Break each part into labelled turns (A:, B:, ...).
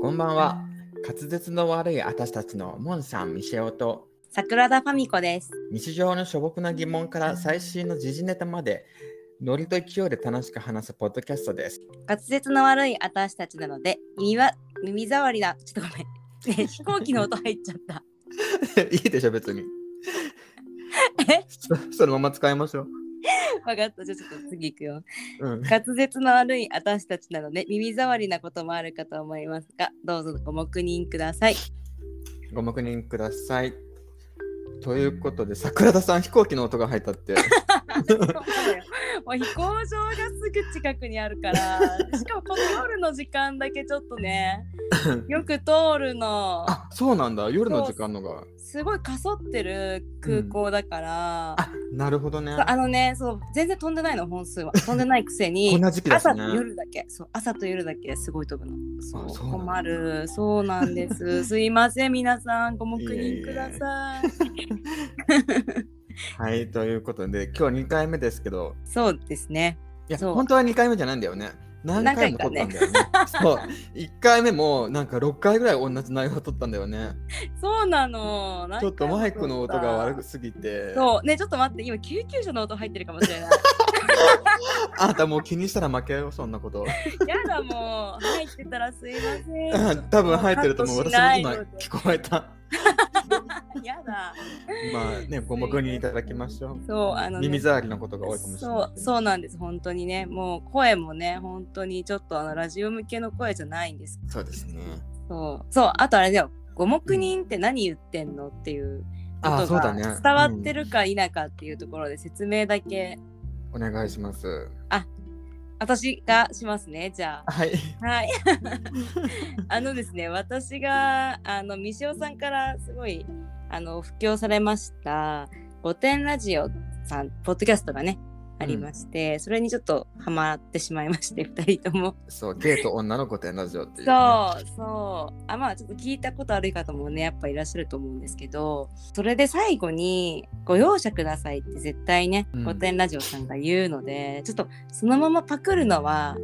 A: こんばんは。滑舌の悪い私たちのモンさん、ミシェオと
B: 桜田ファミコです。
A: 日常の素朴な疑問から最新の時事ネタまでノリと勢いで楽しく話すポッドキャストです。
B: 滑舌の悪い私たちなので、耳は耳障りだ。ちょっとごめん。 ね飛行機の音入っちゃった。
A: いいでしょ、別 に。
B: え
A: そそのまま使いましょう。
B: 分かった。じゃあちょっと次行くよ。
A: うん、
B: 滑舌の悪い私たちなので、耳障りなこともあるかと思いますが、どうぞご黙認くだ さい。
A: ご黙認ください。ということで、桜田さん、飛行機の音が入った って。
B: そうなのよもう飛行場がすぐ近くにあるから、しかもこの夜の時間だけちょっと ね、よく通るの。
A: あそうなんだ、夜の時間のが。
B: すごいかそってる空港だから、
A: あなるほどね。
B: そうあのね、そう全然飛んでないの 本数は飛んでないくせ
A: こ
B: に
A: ん。な時期だし
B: 朝
A: ね
B: と。夜だけ、そう朝と夜だけすごい飛ぶの。そ
A: あ
B: う
A: そうなんだ
B: 困る、そうな んです。すいません皆さんご黙
A: いえいえ
B: 認ください。
A: はい、ということで、今日2回目ですけど、
B: そうですね。
A: いや、
B: そう
A: 本当は2回目じゃないんだよね。何回も撮ったんだよね。そう。1回目もなんか6回ぐらい同じ内容撮ったんだよね。
B: そうなの。
A: ちょっとマイクの音が悪
B: く。
A: すぎて、
B: そうねちょっと待って今救急車の音入ってるかもしれない。
A: あなたもう気にしたら負けよ、そんなこと。
B: やだもう入ってたらすいません。
A: 多分入ってると思う。
B: カット
A: 私
B: しな
A: も
B: い
A: 今聞こえた。
B: やだ。
A: まあね、ご黙認いただきましょう。
B: そうあのね
A: 耳障りのことが多いかもしれない
B: そ。うそうなんです本当にねもう声もね本当にちょっとあのラジオ向けの声じゃないんです
A: そうですね。
B: そうそうあとあれだよ五目人って何言ってんのっていうこ
A: あ、
B: と
A: そうだ
B: が
A: ね。
B: 伝わって
A: る、
B: るか否かっていうところで説明だけ
A: お願いします。
B: 私がしますねじゃ
A: はい。
B: あはい あのですね私があの三塩さんからすごいあの布教されました「御殿ラジオ」さんポッドキャストがねありまして、それにちょっとハマってしまいまして2人とも
A: そう、ゲート女の子てラジオっていうね、
B: そうそうあまあちょっと聞いたことある方もねやっぱいらっしゃると思うんですけどそれで最後に「ご容赦ください」って絶対ね
A: うん
B: 「御殿ラジオ」さんが言うので、ちょっとそのままパクるのは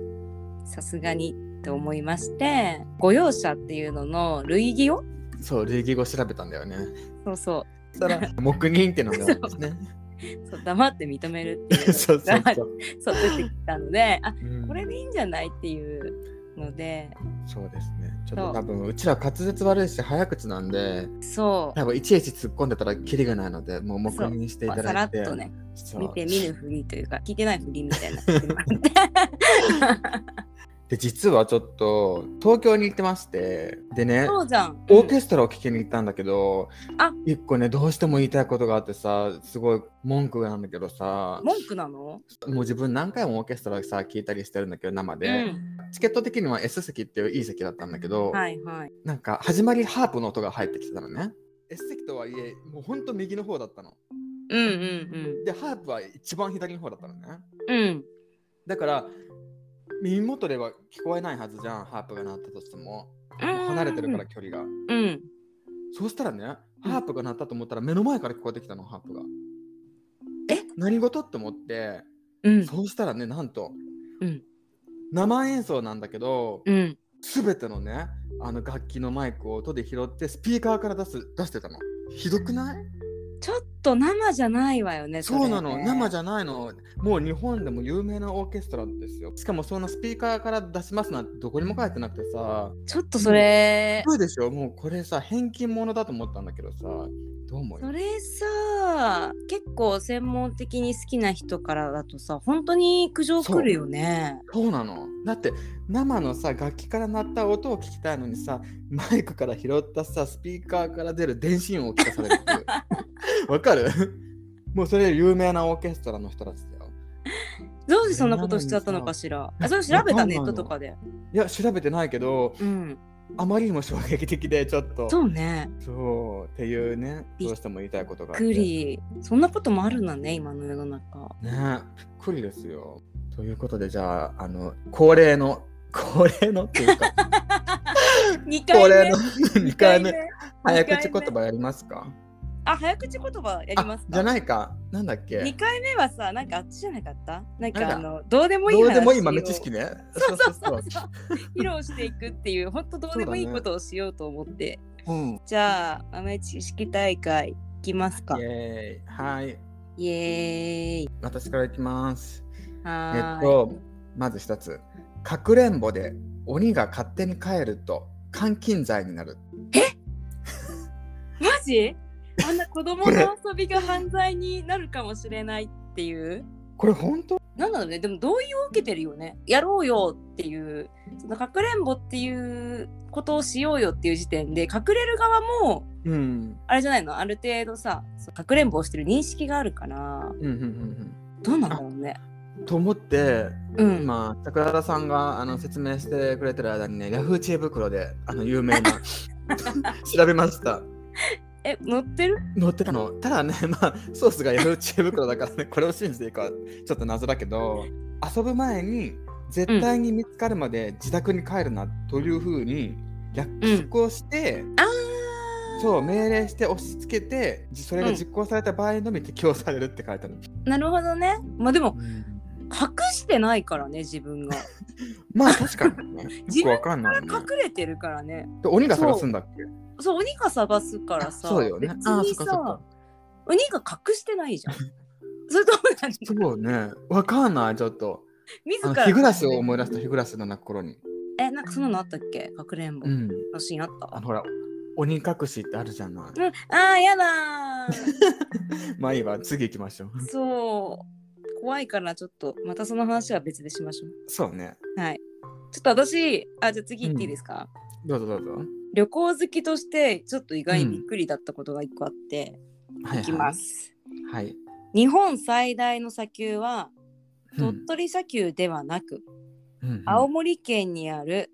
B: さすがにと思いまして「ご容赦」っていうのの類義を
A: そう、礼儀語調べたんだよね。
B: そうそ
A: そしたら、黙認ってのがあるんですね。
B: うそう黙って認めるってい う
A: そうそう
B: のが
A: そう。
B: そう出てきたのであ
A: うん
B: これでいいんじゃないっていうので
A: そうですね。ちょっ
B: そ
A: と
B: う
A: 多分うちら滑舌悪いし早口なんで、
B: そう
A: 多分いちいち突っ込んでたらキリがないので、もう黙認していた
B: さら
A: だい。
B: ってとね
A: そう
B: 見て見ぬふりというか聞いてないふりみたいな。
A: で実はちょっと東京に行ってまして、でね、
B: そうじゃん。
A: オーケストラを聴きに行ったんだけど、
B: あ
A: 一個ねどうしても言いたいことがあってさ、すごい文句なんだけどさ、
B: 文句なの？
A: もう自分何回もオーケストラさ聞いたりしてるんだけど生
B: う
A: で、
B: ん。
A: チケット的には S 席っていういい席だったんだけど、
B: はいはい。
A: なんか始まりハープの音が入ってきてたのね。S 席とはいえ、もうほんと右の方だったの。
B: うん
A: で、ハープは一番左の方だったのね。
B: うんうん。うん。
A: だから、耳元では聞こえないはずじゃん、ハープが鳴ったとしても。もう離れてるから距離が。
B: うん。
A: そうしたらね、
B: うん
A: ハープが鳴ったと思ったら目の前から聞こえてきたの、ハープが。
B: え
A: 何事って思って、
B: うん。
A: そうしたらね、なんと、
B: うん
A: 生演奏なんだけど、
B: うん。
A: すべてのね、あの楽器のマイクを音で拾って、スピーカーから出す出してたの。ひどくない
B: ちょっと生じゃないわよね。れ
A: そうなの、生
B: じ
A: じゃないの。もう日本でも有名なオーケストラですよ。しかもそんなスピーカーから出しますなんてどこにも書いてなくてさ、
B: ちょっとそれ。
A: そうでしょもうこれさ、返金物だと思ったんだけどさ、どう思う
B: それさ結構専門的に好きな人からだとさ本当に苦情来るよね。
A: そうなの。だって生のさ、楽器から鳴った音を聞きたいのにさ、マイクから拾ったさ、スピーカーから出る電子音を聞かされるって いう。わかる もうそれ有名なオーケストラの人たちだよ。
B: どうしてそんなことしちゃったのかしら。あそれ調べたネットとかで。
A: いや、調べてないけど、
B: うん。
A: あまりにも衝撃的で、ちょっと。
B: そうね。
A: そうっていうね
B: びっ
A: どうしても言いたいことがあって
B: くり。そんなこともあるんだね今の世の中。
A: ねびっくりですよということでじゃああの恒例の恒例のっていうか
B: 二
A: 恒
B: 回
A: 例
B: 目
A: の 2回目
B: 二回目
A: 早口言葉やりますか
B: あ、早口言葉やり
A: あ
B: ますか
A: じゃないか。なんだっけ
B: 2回目はさ、なんかあっちじゃなかったなん
A: なん
B: か
A: か
B: あの、どうでもいい
A: どう
B: 話
A: で
B: を
A: もいい豆知識ね。そうそうそう。
B: 披露していくっていう、本当どうでもいい
A: そうだね
B: ことをしようと思って。
A: うん。イ
B: じゃあ、豆知識大会いきますか。
A: ェーイ。はい。
B: イエーイ。
A: 私からいきます。
B: は
A: え
B: ーい
A: っと、まず一つ。かくれんぼで鬼が勝手に帰ると監禁罪になる。
B: マジあんな子供の遊びが犯罪になるかもしれないっていう。
A: これ本当
B: なんだろうね、でも同意を受けてるよね。やろうよっていう、そのかくれんぼっていうことをしようよっていう時点で、隠れる側も、
A: うん。
B: あれじゃないの、ある程度さ、そうかくれんぼをしてる認識があるか
A: う
B: ら、
A: んうんうん
B: どうなんだろうね。
A: うん。と思って、
B: うん
A: 今、桜田さんがあの説明してくれてる間にね、ヤフー知恵袋であの有名 な調べました。
B: え、乗ってる
A: 乗ってたの。ただね、まあ、ソースがヤフー知恵袋だからね、これを信じていいかはちょっと謎だけど、遊ぶ前に絶対に見つかるまで自宅に帰るなというふうに約束をして、そう、命令して押し付けて、じそれが実行された場合のみ適用されるって書いてある。
B: なるほどね。まあでも、隠してないからね、自分が。
A: まあ、確かにね。
B: 自
A: よく
B: 分
A: わかんない、ね。
B: 隠れてるからね。
A: で鬼が探すんだっけ
B: そう、鬼が探すからさ、
A: そうよね。
B: 別
A: ああ、そ
B: に
A: っかそっか
B: さ、。鬼が隠してないじゃん。それともなんか
A: そうね。わかんない、ちょっと。あ
B: 自
A: の
B: ら
A: 日暮らしを思い出した日暮らしの泣く頃に。
B: え、なんかそんなのあったっけかくれんぼ
A: うん。
B: のシーンあった
A: あのほら、鬼隠しってあるじゃない。
B: うん、あーやだー
A: まあいいわ、次行きましょう。
B: そう怖いからちょっとまたその話は別でしましょ
A: そうね。
B: うはいちょっと私あじゃあ次行っていいですか、
A: どうぞどうぞ。
B: 旅行好きとしてちょっと意外にびっくりだったことが一個あって、
A: はい、はい
B: いきます
A: はい。
B: 日本最大の砂丘は
A: うん
B: 鳥取砂丘ではなく、
A: うんうん
B: 青森県にある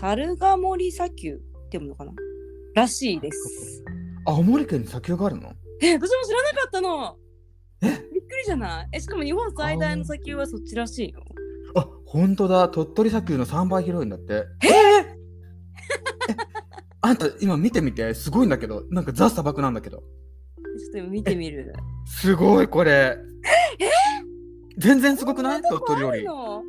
B: 猿ヶ森砂丘って読むのかならしいです
A: 青森県に砂丘があるの
B: え私も知らなかったのびっくりじゃないえしかも日本最大の砂丘はそっちらしいよ
A: あ、本当だ。鳥取砂丘の3倍広いんだって。ええあんた今見てみて、すごいんだけど、なんかザ砂漠なんだけど。
B: ちょっと今見てみる
A: すごいこれ。全然すごくない鳥取よ
B: あ
A: り
B: る。の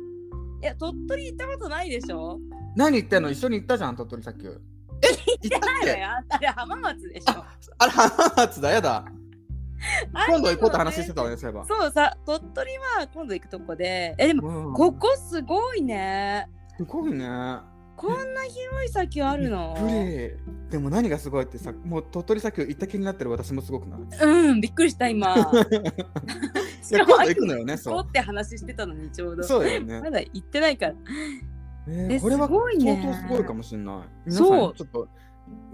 B: いや鳥取行ったことないでしょ
A: 何言ってんの一緒に行ったじゃん、鳥取砂丘。え行ったっ
B: ないの
A: け
B: よああれ浜松でしょ
A: あれ、浜松だ、やだ。
B: あ
A: 今度行こうって話してたわね、そういえば。
B: そうさ鳥取は今度行くとこでえでも
A: うん
B: ここすごいね
A: すごいね。
B: こんな広い砂丘あるの
A: プレイ。でも何がすごいってさ、もう鳥取砂丘行った気になってる私もすごくない。
B: うんびっくりした 今
A: いや今度行くのよね、
B: そ
A: そう
B: っ
A: う。
B: て話 してたのにちょうど
A: そうだよ
B: ま
A: ね。
B: だ行ってないから
A: え
B: え
A: ーこれは
B: すごいね
A: 相当すごいかもしれない。皆さん
B: そう
A: ちょっと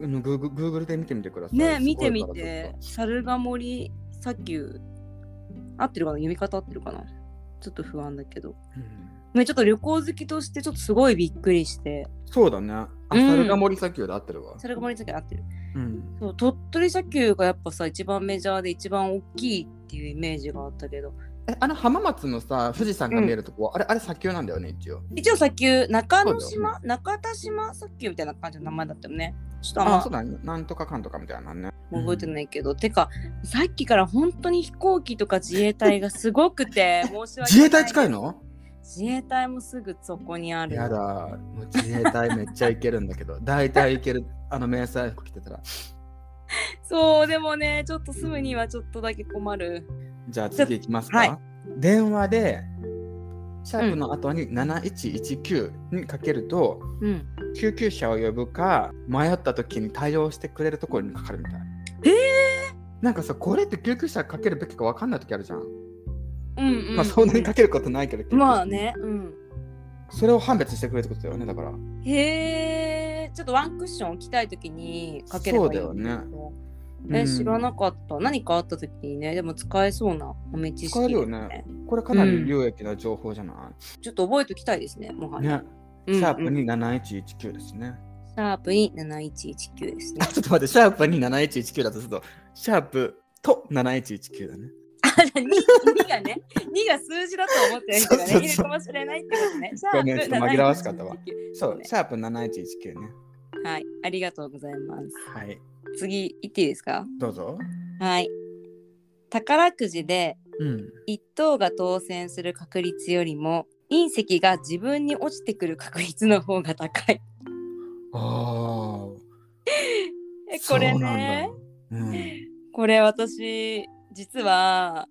A: あのグーググーグルで見てみてください。
B: ね
A: すごい
B: 見
A: から
B: てみ
A: ちょ
B: て
A: っと。
B: 猿ヶ森砂丘合ってるかな読み方合ってるかなちょっと不安だけど
A: うん
B: ねちょっと旅行好きとしてちょっとすごいびっくりして
A: そうだね。あ、
B: うん
A: 猿ヶ森砂丘で合ってるわ。
B: 猿ヶ森砂丘合ってる
A: うん。
B: そう鳥取砂丘がやっぱさ一番メジャーで一番大きいっていうイメージがあったけど
A: え、あの浜松のさ、富士山が見えるとこ、あれ、あれ砂丘なんだよね、一応。
B: 一応砂丘中之
A: そうだ
B: 島、中田島砂丘みたいな感じの名前だったよねちょっとあん
A: あ、
B: ま
A: そうだね。なんとかかんとかみたいなね。
B: もう覚えてないけど、てかさっきから本当に飛行機とか自衛隊がすごくて申し訳ない
A: 自衛隊近いの
B: 自衛隊もすぐそこにある。
A: やだ、もう自衛隊めっちゃいけるんだけど、 大体いける、あの迷彩服着てたら。
B: そう、でもね、ちょっと住むにはちょっとだけ困る。
A: じゃあ次いきますか。
B: はい
A: 電話で、シャープの後に7119にかけると、
B: うん。
A: 救急車を呼ぶか、迷った時に対応してくれるところにかかるみたい。
B: え
A: なんかさ、これって救急車かけるべきかわかんない時あるじゃん。
B: うん、うん。
A: まあそんなにかけることないけど、救急車
B: まあ。ね、うん。
A: それを判別してくれるってことだよね、だから。
B: へえ、ちょっとワンクッション置きたいときにかければいいってこ
A: そ
B: と
A: うだよね。う
B: え、
A: ん
B: 知らなかった。何かあったときにね、でも使えそうな豆知識、
A: 使えるよね。これかなり有益な情報じゃない、
B: ちょっと覚えときたいですね、もはや。
A: ね、
B: うんうん
A: シャープに7119ですね。
B: シャープに7119ですね
A: あ。ちょっと待って、シャープに7119だとすると、シャープと7119だね。
B: あ、じゃあ 2, 2がね、2が数字だと思ってる人が
A: そうそう
B: ね、
A: そう
B: いるかもしれないってことね。シャ
A: ごめんちょっと紛らわしかったわ
B: 7119
A: そう、
B: ね
A: シャープ7119ね。
B: はい、ありがとうございます。
A: はい。
B: 次行っていいですか
A: どうぞ。
B: はい宝くじで
A: うん。
B: 一等が当選する確率よりも隕石が自分に落ちてくる確率の方が高い
A: あ
B: え
A: あ。
B: これね
A: そうなんだ。うん。
B: これ私実は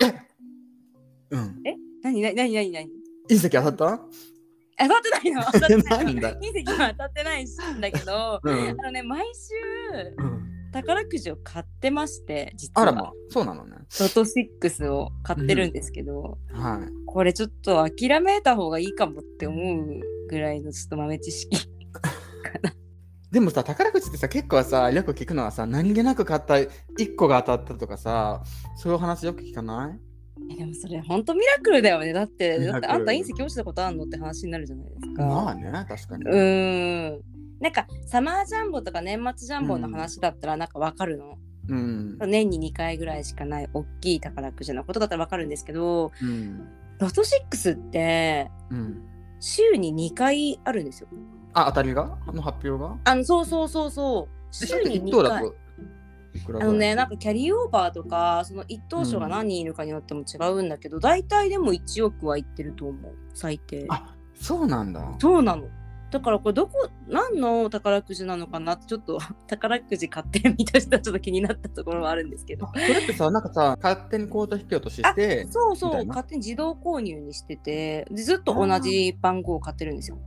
A: うん。
B: 何何何何何
A: 隕石当たった
B: 当たって ないの当たってない
A: なんだ
B: の隕石は当たってないしんだけど
A: うん
B: あ。のね毎週
A: うん、
B: 宝くじを買ってまして実は
A: あらま、そうなのね。
B: ロト6を買ってるんですけど、
A: はい。
B: これちょっと諦めた方がいいかもって思うぐらいのちょっと豆知識
A: でもさ宝くじってさ結構さよく聞くのはさ何気なく買った1個が当たったとかさそういう話よく聞かない
B: えでもそれ本当ミラクルだよねだって
A: ミ
B: だ
A: ラ
B: っ
A: ク
B: て
A: ル
B: あんた隕石落ちたことあんのって話になるじゃないですか、
A: まあね確かに、
B: うーんなんかサマージャンボとか年末ジャンボの話だったらなんかわかるの、
A: うん
B: 年に2回ぐらいしかない大きい宝くじのことだったらわかるんですけど
A: うん
B: ロト6って
A: うん、
B: 週に2回あるんですよ
A: あ当たりがあの発表が
B: あのそうそうそうそう
A: え
B: 週に
A: 一
B: 2
A: 等だ
B: 回
A: といくらぐら
B: あ
A: い
B: のねなんかキャリーオーバーとかその一等賞が何人いるかによっても違うんだけど、大体でも1億はいってると思う最低
A: あそうなんだ
B: そうなのだからこれどこ何の宝くじなのかなってちょっと 宝くじ買ってみた人はちょっと気になったところはあるんですけど
A: あそれってさなんかさ勝手に口座引き落としして
B: そう
A: みた
B: そう
A: いな
B: 勝手に自動購入にしててでずっと同じ番号を買ってるんですよ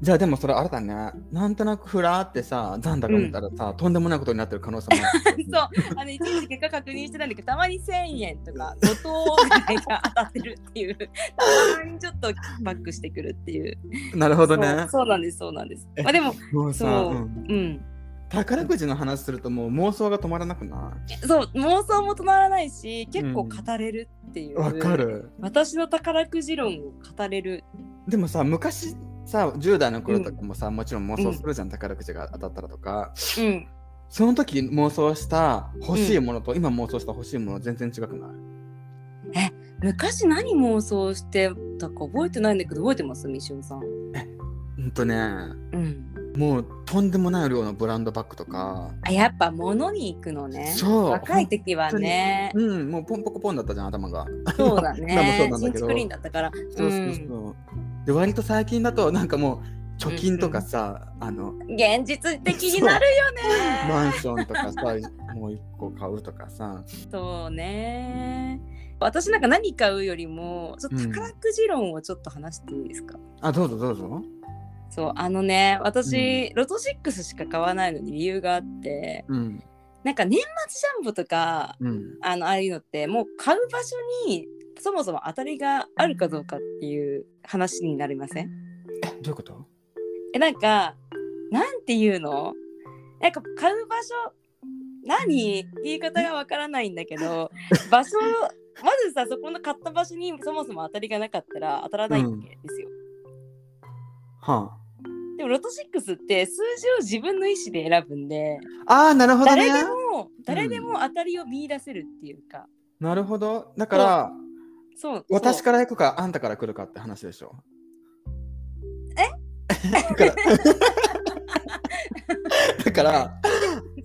A: じゃあでもそれあれだねなんとなくふらーってさ残高見たらさ、とんでもないことになってる可能性もある
B: そうあの一日結果確認してたんだけどたまに1000円とか5等ぐらいが当たってるっていうたまにちょっとキックバックしてくるっていう
A: なるほどね
B: そうそうなんですそうなんです
A: え
B: まあでも
A: もうさ
B: そ
A: う
B: う
A: ん
B: うん
A: 宝くじの話するともう妄想が止まらなくない
B: そう妄想も止まらないし結構語れるっていう、
A: わかる。
B: 私の宝くじ論を語れる
A: でもさ、昔さ、10代の頃とかもさ、もちろん妄想するじゃん、宝くじが当たったらとか。
B: うん
A: その時妄想した欲しいものと、今妄想した欲しいもの全然違くない
B: 昔何妄想してたか覚えてないんだけど覚えてますみしおさん
A: ほんとね、
B: うん
A: もうとんでもない量のブランドバッグとか。
B: あやっぱ物に行くのね
A: そう。
B: 若い時はね
A: ほん。うん、もうポンポコポンだったじゃん、頭が。
B: そうだ
A: 今
B: ね
A: もそうなんだ
B: 新
A: けど
B: 築林だったから
A: そうそうそう。で、割と最近だと、なんかもう、貯金とかさ、あの、
B: うん現実的になるよね
A: マンションとかさ、 もう一個買うとかさ。
B: そうね私なんか何買うよりもちょっと宝くじ論をちょっと話していいですか、
A: あ、どうぞどうぞ。
B: そうあのね私、ロト6しか買わないのに理由があって
A: うん。
B: なんか年末ジャンボとか
A: うん。
B: あのああいうのってもう買う場所にそもそも当たりがあるかどうかっていう話になりません
A: え、どういうこと
B: えなんかなんていうのなんか買う場所何って言い方がわからないんだけど場所まずさそこの買った場所にそもそも当たりがなかったら当たらないわけですよ、
A: は
B: でもロト6って数字を自分の意思で選ぶんで
A: あ、ああーなるほど
B: 誰
A: ね
B: でも誰でも当たりを見出せるっていうか、
A: なるほどだから
B: そうそう
A: 私から行くかあんたから来るかって話でしょえだから だから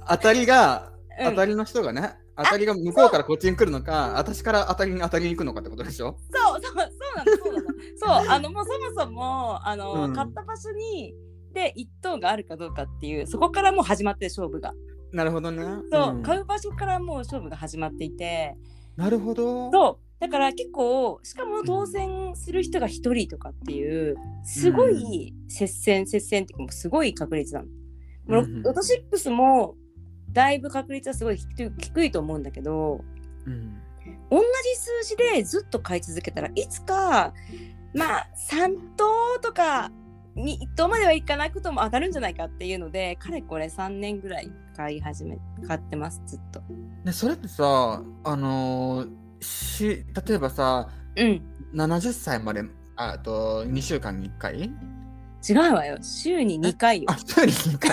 A: 当たりが
B: うん
A: 当たりの人がね、当たりが向こうからこっちに来るのか私から当たりに当たりに行くのかってことでしょ
B: そうそうそうなのそうなのそうあのもうそもそもあの、
A: うん
B: 買った場所にで一等があるかどうかっていうそこからもう始まってる勝負が
A: なるほどね
B: そう、
A: ん
B: 買う場所からもう勝負が始まっていて
A: なるほど
B: そうだから結構しかも当選する人が一人とかっていうすごい接戦、接戦っていうかもうすごい確率なの。もう
A: うんうん
B: ロト6もだいぶ確率はすごい低い低いと思うんだけど
A: うん
B: 同じ数字でずっと買い続けたらいつかまあ3等とかに1等まではいかなくとも当たるんじゃないかっていうのでかれこれ3年ぐらい買い始め買ってますずっと。
A: でそれってさあのーし例えばさ
B: うん
A: 70歳までああと2週間に1回
B: 違うわよ週に2回よ
A: あ、週に2回。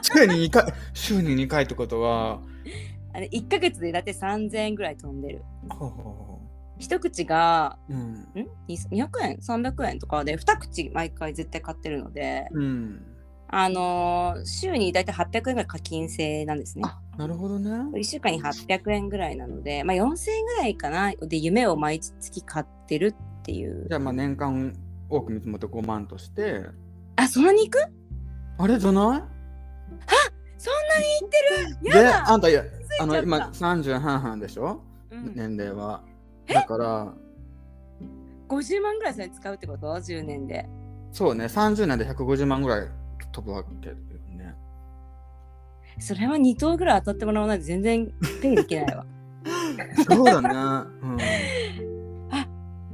A: 週に2回。週に2回ってことは。
B: あれ1ヶ月でだって3000円ぐらい飛んでる。
A: ほうほうほ
B: 一口が
A: ううん。
B: ん200円300円とかで二口毎回絶対買ってるので
A: うん。
B: あのー週に大体800円ぐらい課金制なんですね。
A: あなるほどね。
B: 1週間に800円ぐらいなので、まあ、4000円ぐらいかなで夢を毎月買ってるっていう
A: じゃあまあ年間多く見積もって5万として、
B: あそんなにいく
A: あれじゃな
B: そんなにいって
A: い
B: る
A: で、
B: やだ
A: あんた、いや
B: ちゃ
A: あ
B: った
A: の今30半々でしょ、
B: うん
A: 年齢は。だから、
B: 50万ぐらいそれ使うってこと10年で
A: そうね、30年で150万ぐらい飛ぶわけだよ ね。
B: それは2等ぐらい当たってもらわないと全然ペイできないわ
A: そうだね。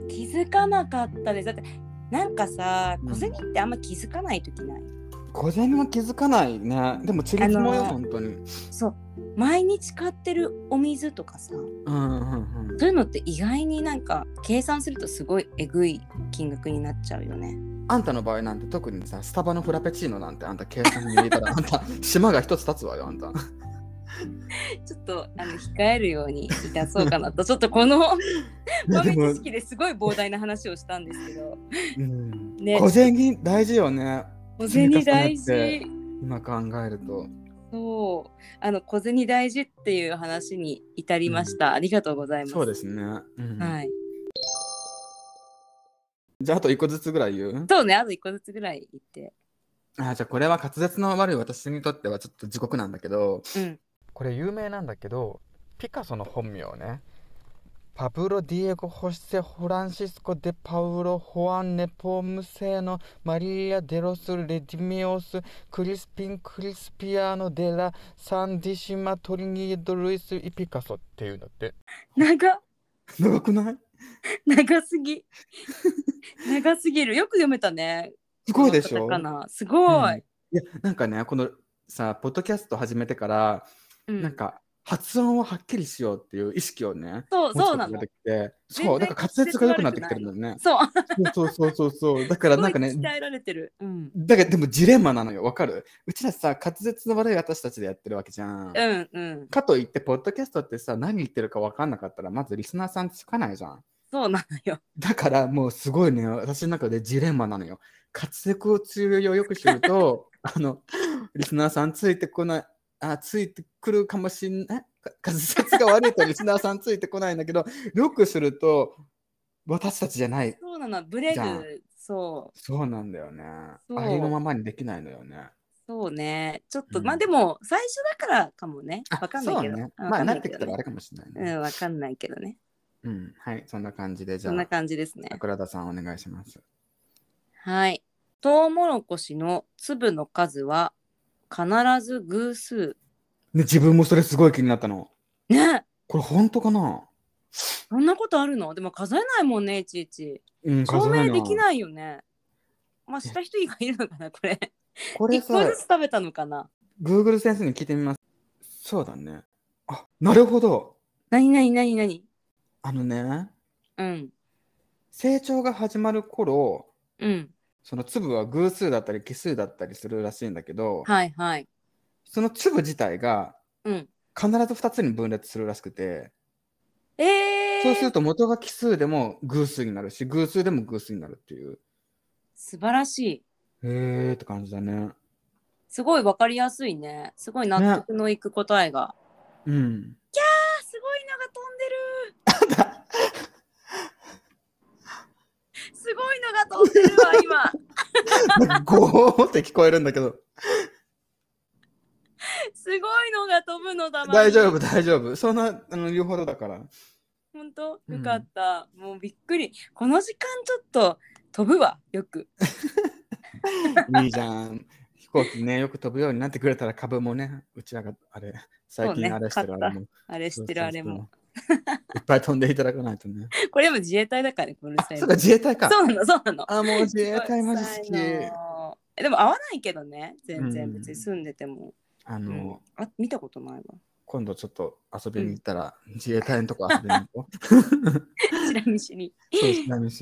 B: 気づかなかったですだってなんかさ
A: うん
B: 小銭ってあんま気づかない時ない、
A: うん、小銭は気づかないね。でも、ちりつもよ、
B: あのー
A: 本当に。
B: そう毎日買ってるお水とかさ
A: うんうんうん
B: そういうのって意外になんか計算するとすごいえぐい金額になっちゃうよね
A: あんたの場合なんて特にさスタバのフラペチーノなんてあんた計算に入れ たらあんた島が一つ立つわよあん た
B: ちょっとあの控えるようにいたそうかなとちょっとこの豆 知識ですごい膨大な話をしたんですけど
A: うん
B: ね
A: 小銭大事よね
B: 小銭大
A: 積み重ね
B: 事
A: 今考えると
B: そうあの小銭大事っていう話に至りました、ありがとうございます
A: そうですね、うん
B: はい
A: じゃああと一個ずつぐらい言う
B: そうねあと一個ずつぐらい言って
A: あじゃあこれは滑舌の悪い私にとってはちょっと地獄なんだけど
B: うん
A: これ有名なんだけどピカソの本名ねパブロ・ディエゴ・ホシセ・フランシスコ・デ・パウロ・ホアン・ネポムセのマリア・デロス・レディミオス・クリスピン・クリスピアノ・デラ・サンディシマ・トリニード・ルイス・イ・ピカソっていうんだって
B: 長
A: 長くない
B: 長すぎ 長すぎるよく読めたね
A: すごいでし
B: この
A: ょ
B: カタカナすごい、
A: いやなんかねこのさポッドキャスト始めてから、
B: うん
A: なんか発音をはっきりしようっていう意識をね
B: そうそうな
A: 持つことが
B: の
A: できて
B: 全然
A: そうなんか滑舌が良くなってきてるもんね
B: そ
A: そ
B: う
A: うそうそうそうそうだからなんかね
B: す ごい鍛えられてる、うん、
A: だからでもジレンマなのよわかるうちらさ滑舌の悪い私たちでやってるわけじゃん、
B: うんうん
A: かといってポッドキャストってさ何言ってるか分かんなかったらまずリスナーさんつかないじゃん
B: そうなのよ
A: だからもうすごいね私の中でジレンマなのよ滑舌を強いをよくすると あのリスナーさんついてこないあついてくるかもしんないか滑舌が悪いとリ スナーさんついてこないんだけどよくすると私たちじゃない
B: そうなの、ブレ
A: じゃあ
B: る。そう、
A: そうなんだよね
B: そう
A: ありのままにできないのよね
B: そうね。ちょっと、
A: うん
B: まあでも、最初だからかもね。
A: あ
B: わかんないけど。
A: そうね。
B: わ
A: まあ、
B: かん
A: な
B: な
A: っ
B: い
A: て
B: け
A: きた
B: どね
A: らあれかもしれないうね。
B: ん、わかんないけどね。
A: うん、はい、そんな感じで、じゃ
B: そんな
A: あ、
B: 感じですね。
A: 桜田さんお願いします。
B: はい。トウモロコシの粒の数は必ず偶数。
A: ね、自分もそれすごい気になったの。
B: ね
A: これ本当かな
B: そんなことあるのでも数えないもんね、いちいち。
A: うん、
B: 証
A: 数え
B: 明できないよね。まあ、した人以外いるのかな、これ。
A: これ
B: 一個
A: さ
B: ず、つ食べたのかな。
A: Google 先生に聞いてみます。そうだね。あ、なるほど。
B: なになになになに
A: あのね、
B: うん。
A: 成長が始まる頃、
B: うん。
A: その粒は偶数だったり奇数だったりするらしいんだけど、
B: はいはい。
A: その粒自体が
B: うん。
A: 必ず2つに分裂するらしくて、
B: えー、
A: そうすると元が奇数でも偶数になるし、偶数でも偶数になるっていう。
B: 素晴らしい。
A: へーって感じだね。
B: すごいわかりやすいね。すごい納得のいく答えが。
A: うん。
B: あすごいのが飛んでる。 すごいのが飛んでるわ今。
A: ゴーって聞こえるんだけど。
B: すごいのが飛ぶのだま
A: 大
B: に
A: 丈夫、。大丈夫。そんな、あの、言うほどだから。
B: 本当
A: うん
B: よかった、もうびっくり。この時間ちょっと飛ぶわよく。
A: いいじゃん。飛行機ね、よく飛ぶようになってくれたら株もね、うちらがあれ、最
B: そうね
A: 近あれしてるあれも。
B: あれ知ってるあれも。
A: そうそうそう。いっぱい飛んでいただかないと ね。
B: これでも自衛隊だからねこの
A: あ、
B: 際
A: そうか、自衛隊か。
B: そうなのそうなの。
A: あ、もう自衛隊マジ好
B: うるさい
A: き。
B: のえでも合わないけどね全
A: う
B: 然
A: ん
B: 別に住んでても。
A: あ
B: う
A: の、
B: んあ見たことないわ。
A: 今度ちょっと遊びに行ったら、自衛隊のとこ遊びに行こう。
B: ちなみしに。
A: そう、ちなみに。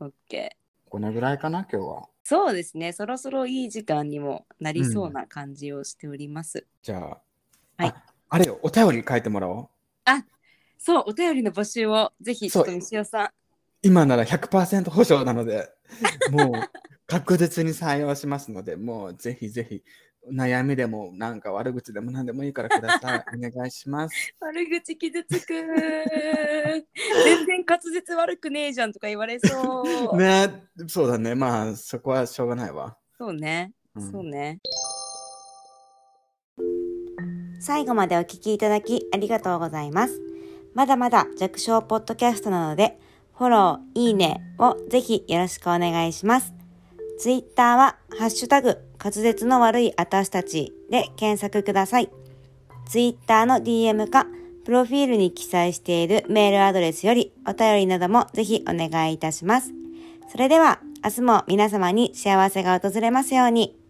B: オッケー。
A: このぐらいかな、今日は。
B: そうですね、そろそろいい時間にもなりそうな感じをしております。
A: じゃあ、
B: はい
A: ああれよ、お便り書いてもらおう。
B: そう、お便りの募集をぜひ、ち
A: そ
B: ょ
A: う
B: っと西尾さん、
A: 今なら100%保証なので、もう確実に採用しますので、もうぜひぜひ、悩みでも、なんか悪口でも何でもいいからください。お願い します。
C: 悪口傷つく 全然滑舌悪くねえじゃんとか言われそう、
A: ね、そうだね。まあ、そこはしょうがないわ。
C: そうね
A: うん
C: そうね
B: 最後までお聞きいただきありがとうございます。まだまだ弱小ポッドキャストなので、フォロー、いいねをぜひよろしくお願いします。ツイッターは、ハッシュタグ、滑舌の悪い私たちで検索ください。ツイッターの DM か、プロフィールに記載しているメールアドレスよりお便りなどもぜひお願いいたします。それでは、明日も皆様に幸せが訪れますように。